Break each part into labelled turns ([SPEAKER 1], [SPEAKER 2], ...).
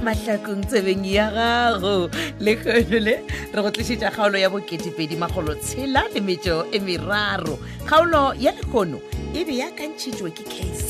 [SPEAKER 1] mojakong tsebeng ya gago le kgono le re go tlišetša kgaolo ya boketepedi magolo tshela le metšo e meraro kgaolo ya lekono e be yakantšhitšwe ke kz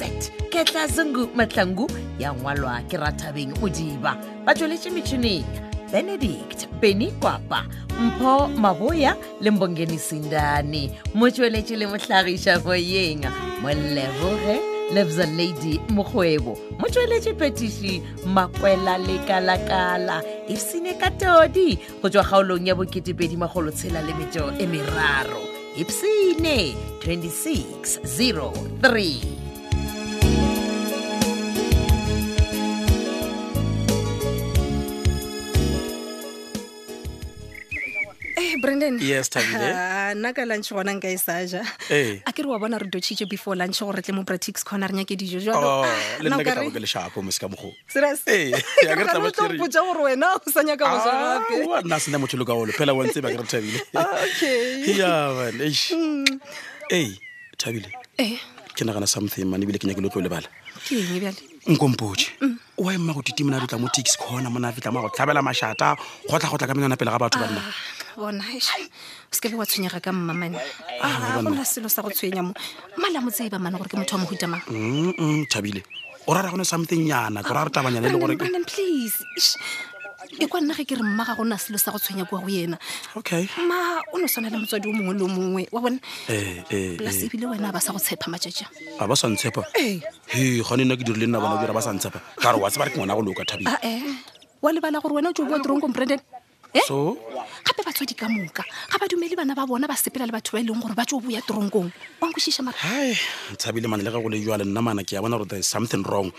[SPEAKER 1] ketla zungu mahlangu ya ngwalwa ke rathabeng modiba ba tsweletše metšhineng benedict beny kwapa mpho maboya le mbongeni sindane motsweletši le mohlagiša moyeng moleboge lebza lady mokgwebo motsweletši phetiši makwela lekalakala e sene ka todi go tswa kgaolong ya bo2edimagolotshela le metšo e meraro E ipsene 2603
[SPEAKER 2] Eh, brandon
[SPEAKER 3] Yes, Thabile.
[SPEAKER 2] Ah, nna ka lunch gona nka e sa ja
[SPEAKER 3] Eh.
[SPEAKER 2] a ke re wa bona re dotšhitše before lunch gore tle mo pratics corner re nyake dijo
[SPEAKER 3] Oh,
[SPEAKER 2] Ah,
[SPEAKER 3] le nna ke tabo ke
[SPEAKER 2] jalo
[SPEAKER 3] le shapo mo ska mogo. Eh, ya ke re tla ba tšere.
[SPEAKER 2] seriuspotsa gore wena o sa nyaka go ja gape Ah.
[SPEAKER 3] wa Ah, nna sena motho lo ka olo phela wa ntse ba ke re thabile.
[SPEAKER 2] okay
[SPEAKER 3] Ya man. eish. Eh, thabile.
[SPEAKER 2] Eh,
[SPEAKER 3] Ke nagana something man ebile ke nyake lo tlo lebala.
[SPEAKER 2] ke eng e bjale
[SPEAKER 3] Nkompoje.
[SPEAKER 2] Mm.
[SPEAKER 3] Wa emma go titi mona re tla mo taxi khona mona fitla ma go tlhabela mashata go tla go tla ka menana pele ga batho ba nna.
[SPEAKER 2] Ah, bona eish, o se ke le wa tshwenyega ka mmamane
[SPEAKER 3] Ah,
[SPEAKER 2] a gona selo sa go tshwenya mo mala mo tseba mana gore ke motho wa mohutamang
[SPEAKER 3] Mm, mm, thabile. O ra ra gone something yana, go ra re tabanyana le
[SPEAKER 2] brandon
[SPEAKER 3] gore ke
[SPEAKER 2] brandon please Eish, e kwa nna ge ke re mma ga gona selo sa go tshwenya kwa go yena
[SPEAKER 3] Okay.
[SPEAKER 2] ma o ne o tshwana le motswadi o mongwe le o mongwe wa bone
[SPEAKER 3] Eh, eh,
[SPEAKER 2] polase
[SPEAKER 3] eh.
[SPEAKER 2] ebile wena ba sa go tshepa matšatšang
[SPEAKER 3] A ba sa ntshepa.
[SPEAKER 2] ee
[SPEAKER 3] He, gane nna ke dirile nna bona o dira ba sa ntshepa. Ka re wa tseba re ke ngwana go loka thabile.
[SPEAKER 2] ae e, wa lebala gore wena o tso bua tronko branden e
[SPEAKER 3] So,
[SPEAKER 2] gape batswadi ka moka ga ba dumele bana ba bona ba sepela le batho ba e leng gore ba tso boya tronkong wa nkwešiša mara
[SPEAKER 3] hai thabile mane le ga go le jale nna mana ke a bona gore there is something wrong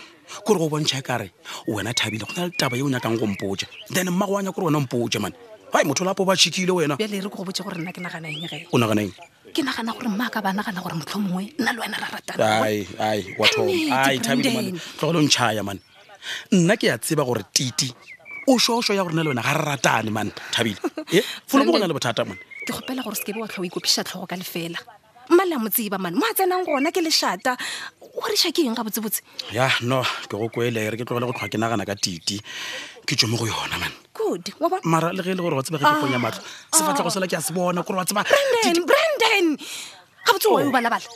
[SPEAKER 3] ko re go bontšha kare wena thabile go na le taba yeo nyakang go mpotsa then mmago wa nyaka gore wena mpotse mane hai motho lapo ba tšhikile wena
[SPEAKER 2] bjale re ko go botse gore nna ke nagana eng ge
[SPEAKER 3] o naganeng
[SPEAKER 2] ke nagana gore maaka ba nagana gore motlho mongwe nna le wena ra ratana
[SPEAKER 3] ai ai wa thoma
[SPEAKER 2] Nnete,
[SPEAKER 3] ai thabile mane
[SPEAKER 2] Brandon.
[SPEAKER 3] tlogele ntšhaya mane nna ke a tseba gore titi o shoosho ya gore nna le wena ga re ratane mane thabile e folo mo go na le bothata mone
[SPEAKER 2] ke kgopela gore sekebe wa tlha o ikopiša tlhogo ka lefela mmale a mo tseba mane mo a tsenang gona ke lešata o reša ke eng ga botsebotse
[SPEAKER 3] ya no ke go kwele ere ke tlogele go tlhoa ke nagana ka titi ke tswe mo go yona mane
[SPEAKER 2] good wa bona
[SPEAKER 3] mara le ge e le gore wa tseba ge ke ponya matlho sefatlhago sela ke a se bona kore wa tseba
[SPEAKER 2] branden branden ga botse
[SPEAKER 3] Oh.
[SPEAKER 2] wa o balabala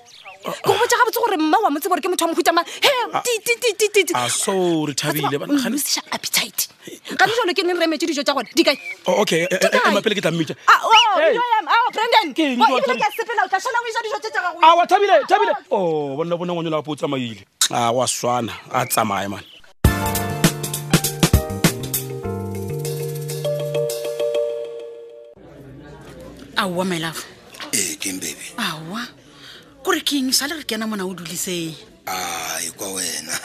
[SPEAKER 2] ke go botsa ga botse gore mma wa motse gore ke motho wa mohutamang he tititititi
[SPEAKER 3] Ah. a Ah, sorry thabile bana, ga le-
[SPEAKER 2] losiša mm, appetite ga le jalo ke neng remetse dijo tsa gone di kae
[SPEAKER 3] Oh, okay
[SPEAKER 2] Di kae?
[SPEAKER 3] emapele ke tla mmita
[SPEAKER 2] Ah, oh, dijo ya me. Ah, Brandon.
[SPEAKER 3] Ke eng,
[SPEAKER 2] Oh,
[SPEAKER 3] dijo
[SPEAKER 2] ebile
[SPEAKER 3] tsa-
[SPEAKER 2] ke a sepela o tla šala o eja dijo tse tsa gago
[SPEAKER 3] awa thabile thabile o bonna bona ngwanyo lapo o tsamaile a Ah, wa swana a tsamaye mane
[SPEAKER 4] aowa melafo
[SPEAKER 5] ee keng bebe
[SPEAKER 4] aowa kore ke eng sa le re kena mona o dulise
[SPEAKER 5] ai kwa wena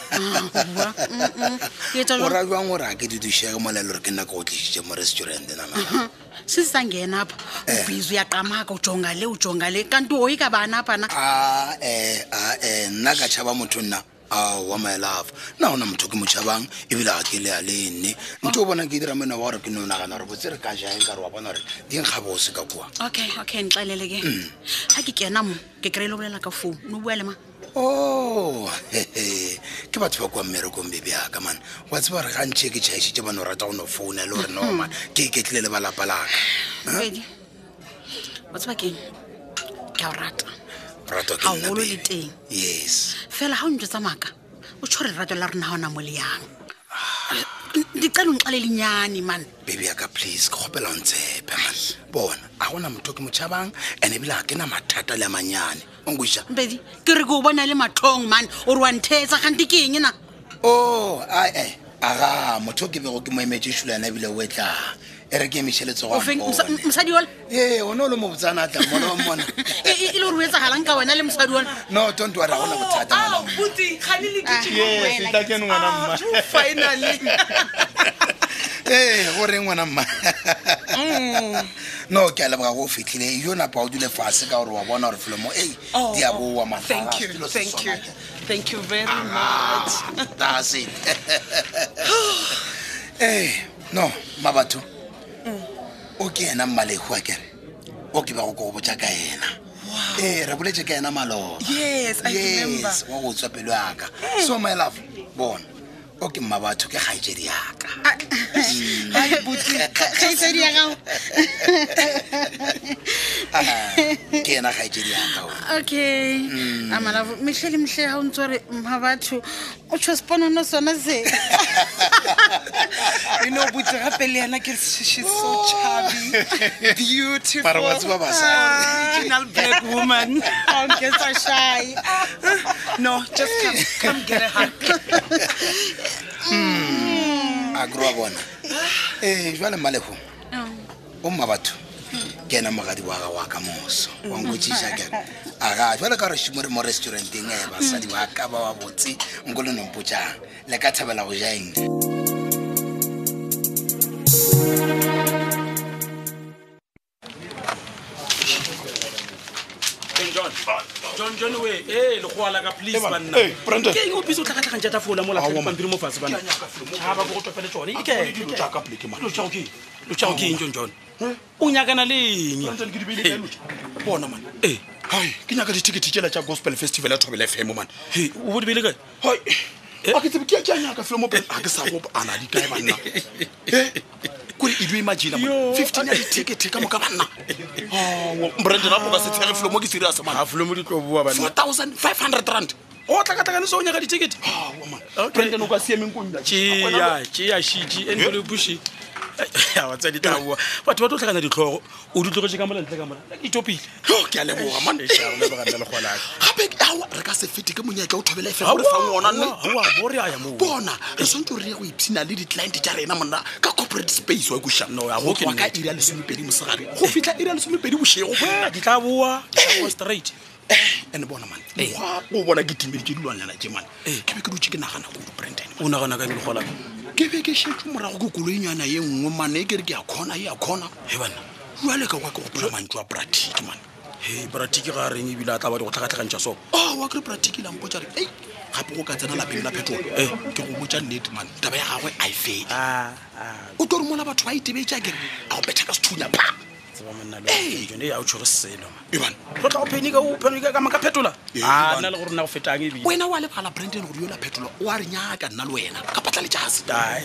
[SPEAKER 4] wa, mm, ke etsa jwang?
[SPEAKER 5] o ra jwang gore a ke didušege mola le gore ke nna ke go tlisitše mo restaurant nama
[SPEAKER 4] sise sangena apha ubhizi uyaqamaka ujonga le ujonga le kanti woyika bana phana
[SPEAKER 5] ae ae e, nna ka tšhaba motho nna aowa my love nna gona motho ke mo tšhabang ebile ga ke lea le nne ntho o bona ke dira mena wa gore ke no nagana gore botse re ka jaeng ka re wa bona gore dinkga bose ka kua
[SPEAKER 4] okay okay ndixelele ke ga ke kena mo ke kry-ile o bolela ka founu no bua le ma
[SPEAKER 5] o Oh, ke batho ba kwa mmerekong bebe aka man wa tseba gore ga ntšhe ke tšhaišitše bane o rata go no founa le gore noma ke iketlile le balapa laka
[SPEAKER 4] edi wa tseba keng ke a o rata
[SPEAKER 5] ratwa ke nna
[SPEAKER 4] Haholo le
[SPEAKER 5] baby.
[SPEAKER 4] teng.
[SPEAKER 5] yes
[SPEAKER 4] fela ga o ntse tsamaka o tshwore lerato la rona ga ona mo leyang ndicela ongixelele inyani mane
[SPEAKER 5] baby aka please ke kgopela o ntshepe man bona ga gona motho ke motšhabang and ebile ga ke na mathata le a manyane onkoša
[SPEAKER 4] mpedi ke re ke o bona le matlhong mane ore wa ntheetsa gante ke eng na
[SPEAKER 5] o ae oh, aga motho o ke bego ke mo emetse sulana ebile o e tlang e re ke emise
[SPEAKER 4] O feng- mosa-
[SPEAKER 5] letsogabone
[SPEAKER 4] mosadi ole
[SPEAKER 5] ee one o le mo botsana tla mona wa mmona
[SPEAKER 4] e e- e le gore o etsagalang ka wena le mosadi ona
[SPEAKER 5] no tonto wa re ga gona bothata
[SPEAKER 4] Oh,
[SPEAKER 5] ngwana
[SPEAKER 6] Ah,
[SPEAKER 5] wa-
[SPEAKER 4] Ah. e
[SPEAKER 5] ee goreng ngwana mma
[SPEAKER 6] Mm.
[SPEAKER 5] no ke a leboga go o fitlhile yo napa o dule fase ka gore wa bona gore folomo ei di a boa matlhaa
[SPEAKER 6] Oh, Thank you very
[SPEAKER 4] Ah,
[SPEAKER 6] much.
[SPEAKER 5] that's it ee no mabatho
[SPEAKER 6] Mm.
[SPEAKER 5] o ke ena mmalekua kere o ke bago ko go botja ka ena ee re boletse ka ena maloba
[SPEAKER 6] Yes, I remember. Mm.
[SPEAKER 5] yes wa go tswa pelo yaka so my love bona o ke mmabatho ke kgaetsedi yaka
[SPEAKER 4] Ah, eh, kgaisadi e ya gago
[SPEAKER 5] ke ena ga e tse diaka
[SPEAKER 4] okay amalafo metlhe le metlhe ga o ntse ore mma batho o tsho sponono sona se
[SPEAKER 6] You know, but Rapeliana gets she's so chubby, beautiful.
[SPEAKER 5] Mara wa tseba basadi.
[SPEAKER 6] Original black woman.
[SPEAKER 4] ga nketsa shy
[SPEAKER 6] No, just come, come get a hug.
[SPEAKER 5] a kry wa bona Eh, ee jale mmalego o mma batho ke ena mogadi wa ga wa ka moso wankotšiša kena aga jale ka re šimore mo restauranteng e basadi wa ka ba wa botse nko le nompotšang le ka thabela go jaeng
[SPEAKER 3] eh,
[SPEAKER 5] eh,
[SPEAKER 3] opiso o tlhakatlhagang jata fola mo latlhapampiri mo fatshe banaba ko go topele tsone lochago ke eng jon jone o nyakana le eng
[SPEAKER 5] bona man
[SPEAKER 3] ee
[SPEAKER 5] hai ke nyaka ditikete tsela tša gospel festival ya thobele fm man
[SPEAKER 3] he o bodibele kae Eh?
[SPEAKER 5] hai a ke tsebe ke a ke a nyaka felo mo pele a ke sa gopa ana di kae banna Eh, kore e due imagina
[SPEAKER 3] Yo.
[SPEAKER 5] fifteen ya ditikete ka moka Oh, banna brand rapo ka setshege felo mo ke serius man
[SPEAKER 3] afolo mo ditloboa
[SPEAKER 5] four thousand five hundred rand
[SPEAKER 3] o tlhakatlhakane se o nyaka diticket
[SPEAKER 5] branden o ka siameng konna
[SPEAKER 3] tea tea shite enole bushe watsadi taboa batho ba tlo tlhakanya ditlhogo o ditlogetse ka molantle ka mola ke itopile
[SPEAKER 5] ke a leboga man gape awa re ka se fete ke monyaka o thobela efe gore fang ona nne
[SPEAKER 3] bore aya mo
[SPEAKER 5] bona re swantse o re ye go ipshina le di-client tša rena monna ka corporate space wa
[SPEAKER 3] No, ya bo ke
[SPEAKER 5] košanoa ka
[SPEAKER 3] nnete.
[SPEAKER 5] iria lesomepedi mosegare go fitlha iria lesomepedi bošego
[SPEAKER 3] ke tla boa ke tla boa straight
[SPEAKER 5] and Eh, bona man mokgwa o bona ke timedi ke dilwang lena je man ke be ke dutse ke nagana kudu branden
[SPEAKER 3] Eh. o nagana ka dilegolaka
[SPEAKER 5] ke be ke shetse morago ke koloinyana ye nngwe mane e kere ke a kgona e a kgona
[SPEAKER 3] he banna
[SPEAKER 5] jale ka wa ke gopola mantso a pratiki man
[SPEAKER 3] he bratiki ga reng ebile a tla ba di go tlhakatlhakantšha so
[SPEAKER 5] o wa kere pratiki lampo tsa re ei gape go ka tsena lapeng la petrol
[SPEAKER 3] Eh.
[SPEAKER 5] e ke go botsa nnete man taba ya gagwe a e fele
[SPEAKER 3] Ah,
[SPEAKER 5] o tlo re mola batho ba itebetsa kere a go betha ka sethunya pa
[SPEAKER 3] tseba
[SPEAKER 5] Ee.
[SPEAKER 3] monnale a o tshwere selo
[SPEAKER 5] ebane
[SPEAKER 3] go tla o phenika o phenika ka maka phetola
[SPEAKER 5] Ee,
[SPEAKER 3] a
[SPEAKER 5] Ivan.
[SPEAKER 3] nna le gore nna go fetang ebile
[SPEAKER 5] wena wa lebala branden gore yo la petrol o a re nyaka nna le wena ka patla le jase
[SPEAKER 3] Ai.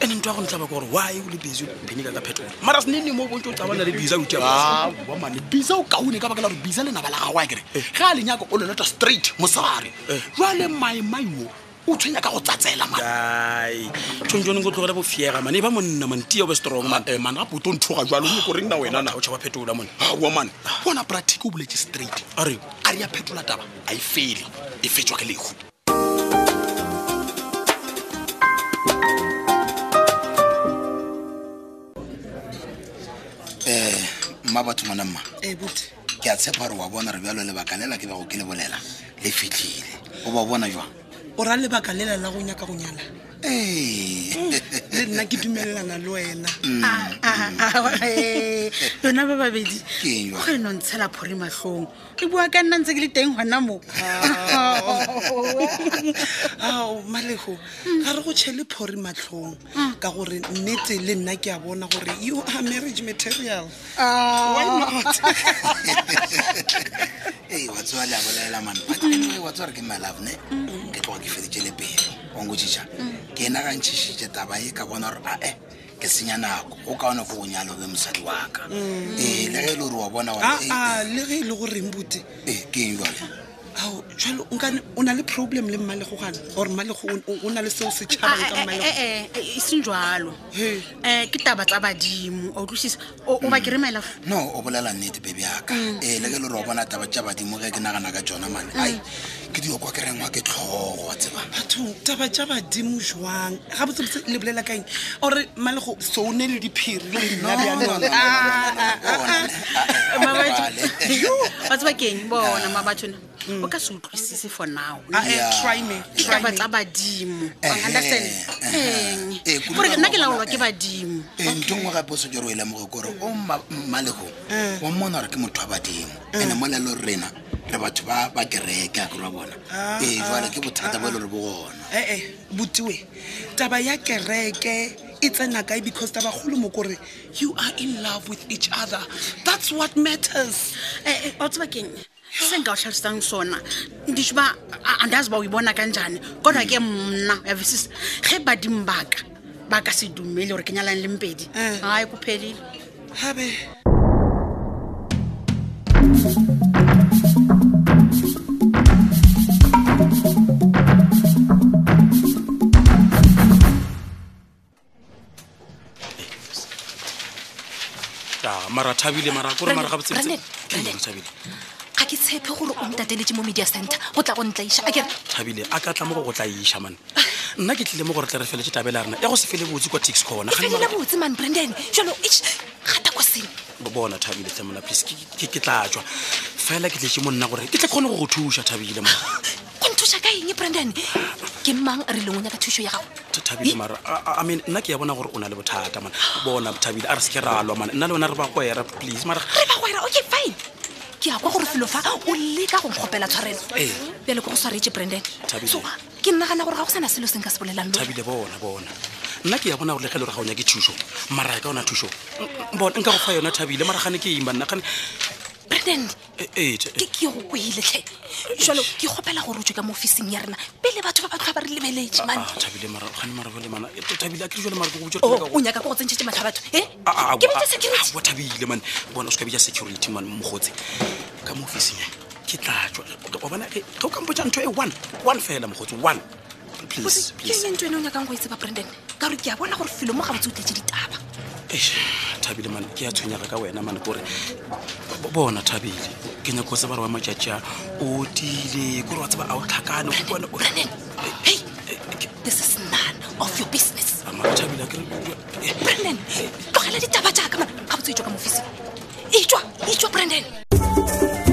[SPEAKER 3] ene ntho ya
[SPEAKER 5] e
[SPEAKER 3] go ntlaba ka gore wy o le busy o phenika ka phetola mara senene mo bontse o tsabana le bisa otea
[SPEAKER 5] awa mane bisa o kaone ka baka la gore bisa lenaba la gago a kere
[SPEAKER 3] Eh.
[SPEAKER 5] ge a lenyaka o lelata straight mosegare jale maemaio o tshwenya ka go tsatsela man
[SPEAKER 3] ai tshontsoneng ko tlogela bofiega mane e ba monna man tia obe strong man
[SPEAKER 5] Eh, man gape o to nthoga jalo o koreng na wena na
[SPEAKER 3] o tšhaba phetola mone
[SPEAKER 5] awa man bona pratiki o boletse straight
[SPEAKER 3] Ah. a re
[SPEAKER 5] a re ya phetola taba a e fele e fetswa ke lehu mma batho mona mma
[SPEAKER 4] e bote
[SPEAKER 5] ke a tshepa gore wa bona re bjalo lebaka lela ke bago ke le bolela le fitlhile o ba bona jwang
[SPEAKER 4] o ra lebaka lela la go nyaka go nyala
[SPEAKER 5] ee
[SPEAKER 4] le nna ke dumelelana le wena
[SPEAKER 5] Mm.
[SPEAKER 4] Ah, eh, yona ba babedi
[SPEAKER 5] Ke eng jwale?
[SPEAKER 4] o no ntshela phori matlhong e bua ka nna ntse ke le teng Oh, gona mo
[SPEAKER 5] Ah.
[SPEAKER 6] ao malego ga re go tšhele phori matlhong ka gore nnete le nna ke a bona gore you are marriage material
[SPEAKER 5] ee wa tsewa le a bolela man but anyway wa tsewa re ke malafne ke tloga ke feditse le pelo onkotsiša ke ena ga ntšhišitše taba e ka bona gore ae ke senya nako o kaone ko go nyalo be mosadi wa ka ee le ge e le gore wa bona gore
[SPEAKER 6] aa le ge e le goreng bote
[SPEAKER 5] ee ke eng jale
[SPEAKER 6] ao jalo nkane o na le problem le mmalego gana gore mmalego o- o- o na le seo se tšhabang
[SPEAKER 4] Ah,
[SPEAKER 6] ka
[SPEAKER 4] eh,
[SPEAKER 6] mmalego
[SPEAKER 4] eseng jalo
[SPEAKER 6] He.
[SPEAKER 4] um ke taba tsa badimo o tlosisa o
[SPEAKER 5] Mm.
[SPEAKER 4] ba kere maelafo
[SPEAKER 5] no o bolela nnete bebe yaka ee le ke le re wa bona taba tša badimo ge ke nagana ka tsona mane ai ke dio kwa ke rengwa ke tlhogo wa tseba
[SPEAKER 6] bathong taba tja badimo jwang ga botsebotse le bolela kaeng ore mmalego soune le diphiri le nna Ah, bjanone
[SPEAKER 5] eh,
[SPEAKER 4] wa tseba keng
[SPEAKER 5] Ah.
[SPEAKER 4] bona mabathona
[SPEAKER 5] Mm.
[SPEAKER 4] o ka se utlwisise for now
[SPEAKER 6] ah, try me
[SPEAKER 4] ke
[SPEAKER 6] try
[SPEAKER 5] eh.
[SPEAKER 4] taba
[SPEAKER 6] me
[SPEAKER 4] tsa badimo wa
[SPEAKER 5] Ehe,
[SPEAKER 4] understand
[SPEAKER 5] ehe.
[SPEAKER 4] eng
[SPEAKER 5] Ee, kudu
[SPEAKER 4] gore
[SPEAKER 5] ka
[SPEAKER 4] nna ke
[SPEAKER 5] bona,
[SPEAKER 4] laolwa ke
[SPEAKER 5] eh.
[SPEAKER 4] badimo
[SPEAKER 5] ee ntho ngwe gape o se kere o e lemoge kore o mma- mmalego wa mmona gore ke motho wa badimo ande molelo rena re batho ba ba kereke a kere wa bona ee jale ke bothata bo e le gore bo gona
[SPEAKER 6] ee botiwe Eh, taba ya kereke e tsena kae because taba kgolo mo kore you are in love with each other that's what matters
[SPEAKER 4] Eh, eh, wa tseba keng se nka o tlhalosang sona diso ba andazi ba o e bona ka njani kodwa ke mna yavisisa ge badimo baka ba ka se dumele gore ke nyalang le mpedi
[SPEAKER 6] Eh.
[SPEAKER 4] gae ko phelile
[SPEAKER 6] gabe
[SPEAKER 3] Ah, mara thabile mara kore mara
[SPEAKER 2] Brandon,
[SPEAKER 3] gabotse
[SPEAKER 2] Brandon,
[SPEAKER 3] thabile
[SPEAKER 2] ga ke tshepe gore o ntateletse mo media center go tla go ntlaiša a kere
[SPEAKER 3] thabile a ka tla mo go go tla iša mane
[SPEAKER 2] Ah.
[SPEAKER 3] nna ke tlile mo gore tle re feletse tabela rena ya go se fele botse kwa tax corner
[SPEAKER 2] e felela botse man branden jalo ich gata ko sene
[SPEAKER 3] Bo- bona thabile tlamela please ke- ke ke tla tswa fela ke tletse mo nna gore ke tle kgone go go thuša thabile mara
[SPEAKER 2] go nthuša ka eng branden ke mang a re leng o nyaka thuso ya gago
[SPEAKER 3] Th- thabile mara a- a- i mean nna ke ya bona gore o na le bothata man bona thabile a re se ke ra lwa mane nna le wena re ba kwera please mara
[SPEAKER 2] re ba goera okay fine ke a kwa gore felo fa o leka go nkgopela tshwarelo
[SPEAKER 3] Ee.
[SPEAKER 2] bjale ko go tshwaretse branden
[SPEAKER 3] Thabile.
[SPEAKER 2] so ke nnagana gore ga go sana selo seng ka se bolelang lo
[SPEAKER 3] thabile bona bona nna ke ya bona gore le ge le gore ga o nyake thušo mara ka ona thušo M- bona nka go fa yona thabile mara gane ke ima nna gane
[SPEAKER 2] branden
[SPEAKER 3] Eh, eh, t-
[SPEAKER 2] ke ke go koiletlhe jalo ke kgopela gore o tswe ka mo officing ya rena pele batho ba batlhoa ba re lebeletše mane
[SPEAKER 3] Ah, thabile mara gane mara bole mana Eh, thabile a ke dijole mara ke go botse
[SPEAKER 2] o
[SPEAKER 3] gore ke
[SPEAKER 2] o
[SPEAKER 3] nyaka go-
[SPEAKER 2] nyaka ko go tsentšhetse matlho a batho e
[SPEAKER 3] Ah, ah,
[SPEAKER 2] Oh, ke
[SPEAKER 3] ah,
[SPEAKER 2] bete
[SPEAKER 3] ah,
[SPEAKER 2] security
[SPEAKER 3] ah, wa thabile man bona o se ka bija security man mogotse ka mo officing e, ke tlatswa o bona ge ge o kampotsa ntho e one one fela mogotse one please
[SPEAKER 2] Bose, ke
[SPEAKER 3] please
[SPEAKER 2] eng ntho ene o nyakang go etse ba branden ka gore ke a bona gore felo mo ga botse o tletse ditaba
[SPEAKER 3] Eish, thabile mane ke a tshwenyaga ka wena mane kore bo- bona thabile ke nyako tse bare wa matšatši a o tile kore wa tseba a o Ee. Eh, tlhakane go bona-
[SPEAKER 2] branden hey this is none of your business
[SPEAKER 3] Ah, mara thabile akere eh,
[SPEAKER 2] branden tlogela ditaba jaaka mana ga botse e tswa ka mo officing e tswa e tswa branden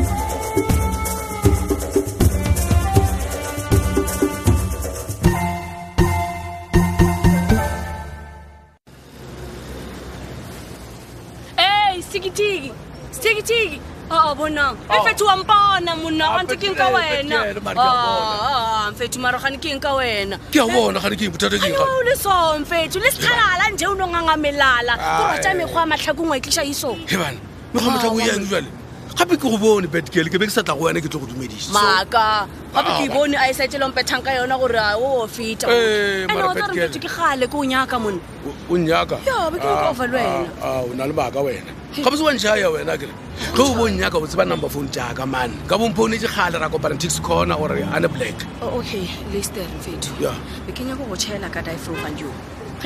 [SPEAKER 7] ei sikitiki sikitiki aa bonang e fethu wa mpona monna
[SPEAKER 8] Ah,
[SPEAKER 7] anti ke
[SPEAKER 8] Fethu,
[SPEAKER 7] nka
[SPEAKER 8] eh,
[SPEAKER 7] wena
[SPEAKER 8] Fethu, eh, mare ke a bona.
[SPEAKER 7] Ah, mfethu marogane ke nka wena
[SPEAKER 8] ke a bona gane ke eng bothata ke eng
[SPEAKER 7] ayo
[SPEAKER 8] gane?
[SPEAKER 7] le so mfethu le sekgalala nje o nongangamelala
[SPEAKER 8] Ah,
[SPEAKER 7] kore tsa
[SPEAKER 8] eh.
[SPEAKER 7] mekgwa a matlhakongwe e tlisa iso
[SPEAKER 8] He bana mekga motlhako yang jale gape ke go bone betgale ke be ke sa tla go wena ke tle go dumedisa
[SPEAKER 7] maaka gape ke
[SPEAKER 8] Ah,
[SPEAKER 7] e bone a e saetelompethang ka yona gore a o feta
[SPEAKER 8] Eh,
[SPEAKER 7] ene
[SPEAKER 8] mara
[SPEAKER 7] o tsare
[SPEAKER 8] Betgele.
[SPEAKER 7] mfethu ke gale ke o nyaka monna
[SPEAKER 8] O- o nyaka
[SPEAKER 7] Ya, be ke
[SPEAKER 8] Ah,
[SPEAKER 7] nkofa le wena.
[SPEAKER 8] ah, ah, o na le maaka wena ga bose wantšhaya wena kere ge o bo nyaka o tseba number phone jaaka mane ka bompone jegale ra kopana tax corner ore ane black
[SPEAKER 7] O- Oh, okay lester mfetho
[SPEAKER 8] Ya.
[SPEAKER 7] be ke nyako go tšhela ka dife oban yo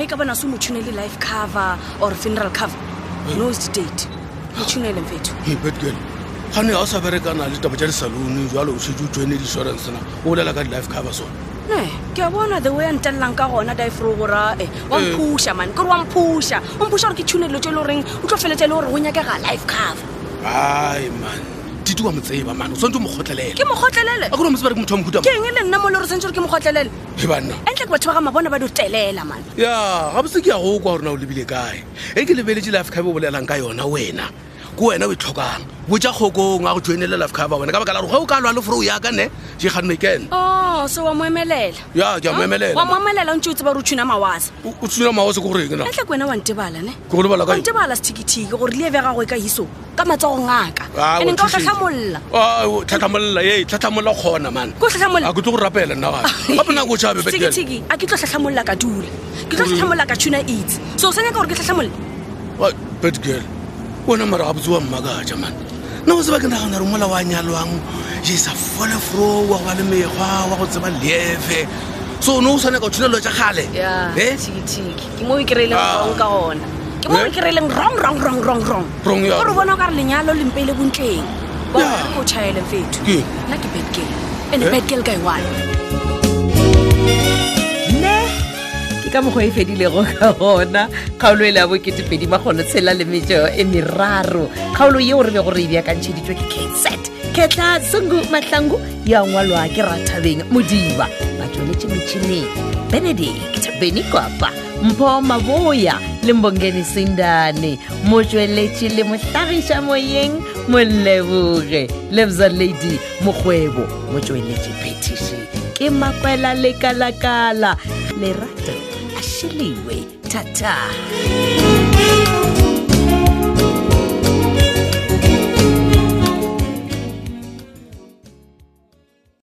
[SPEAKER 7] ge e ka bona se o motshune le life cover or funeral cover
[SPEAKER 8] Eh.
[SPEAKER 7] nose date motshunele mfetho
[SPEAKER 8] betgale gane ga o sa berekana le taba tja disalone jalo o shetse o joine di-insurance na o bolela ka di-life cover sone
[SPEAKER 7] e ke a bona the way a ntelelang ka gona difro gorae wa
[SPEAKER 8] Eh.
[SPEAKER 7] mphuša mane kore wa mphuša o mphuša gore ke tshunelelo tse e le goreng o tlo feletse le gore go nyakega life cover
[SPEAKER 8] ai man tite wa mo tseba mane o tshwanetse o mo kgotlelele
[SPEAKER 7] ke mokgotlelele
[SPEAKER 8] a kore o mo tseba re ke motho wa mokhutamo
[SPEAKER 7] ke eng e le nna mo le gore sentse gore ke mokgotlelele
[SPEAKER 8] e banna
[SPEAKER 7] entle ke batho ba ga mabona ba di o telela mane
[SPEAKER 8] ya ga bose ke ya go kwa gorena o lebile kae e ke lebeletse life cover o bolelang ka yona wena ko wena o e tlhokang botja kgokong a go joinele life cover wena ka baka la gore ge o ka lwa le fore o yaka ne jekganne ken
[SPEAKER 7] o se Oh, wa mo emelela
[SPEAKER 8] ya ke a
[SPEAKER 7] wa mo
[SPEAKER 8] moemelela
[SPEAKER 7] emelela o ntse o tseba gore o tshuna mawatsa
[SPEAKER 8] o o tshwenya maose ko goreng na
[SPEAKER 7] entle ke wena wa ntebala ne
[SPEAKER 8] ke go lebala ka eng?
[SPEAKER 7] kontebala sethikithiki gore le ebe gago e ka hiso ka matsogo ngaka
[SPEAKER 8] Ah, o
[SPEAKER 7] ane nka o
[SPEAKER 8] thušitše.
[SPEAKER 7] tlhatlhamolola
[SPEAKER 8] Ah, o tlhatlhamolola ee tlhatlhamolola kgona mane
[SPEAKER 7] Ke o tlhatlhamolola?
[SPEAKER 8] a ke tlo go rapela nna
[SPEAKER 7] Ah.
[SPEAKER 8] gae gape nako o tšhabe Mm. betele
[SPEAKER 7] Thikithiki, a ke tlo tlhatlhamolola ka dula ke tlo tlhatlhamolola ka tuna eats so o sanyaka gore ke tlhatlhamolole
[SPEAKER 8] Ai, bad girl wena mara ga botse wa mmakaja mane nna go seba ke nagana re mola wa nyalwang je sa fole fro wa go ba le mekgwa wa go tseba leefe so ne o tshwane ka o thulelo tja gale Eh?
[SPEAKER 7] thikithiki ke mo o kry-ileng
[SPEAKER 8] Ah.
[SPEAKER 7] rong ka ona ke mo o
[SPEAKER 8] Eh?
[SPEAKER 7] kry-ileng rong rong rong rong rong
[SPEAKER 8] Wrong ya-
[SPEAKER 7] gore o bona o ka re lenyalo lempeile bontleng
[SPEAKER 8] Ya.
[SPEAKER 7] ko o chaeleng fetho
[SPEAKER 8] Ke eng?
[SPEAKER 7] nna ke bedgale and
[SPEAKER 8] Eh?
[SPEAKER 7] bedgale ka one
[SPEAKER 1] ne ke ka mokgwa e fedilego ka gona kgaolo e le ya boketepedi magolotshela le metšeo e meraro kgaolo yeo re be gore e beakantšheditšwe ke caset ketla sungu mahlangu ya ngwalwa ke rathabeng modiba batsweletše metšhineng benedict benikwapa mpho maboya le mbongeni sendane motsweletši le mohlagiša moyeng moleboge lebza lady mokgwebo motsweletši phetiši ke makwela lekalakala lerato a šheliwe thata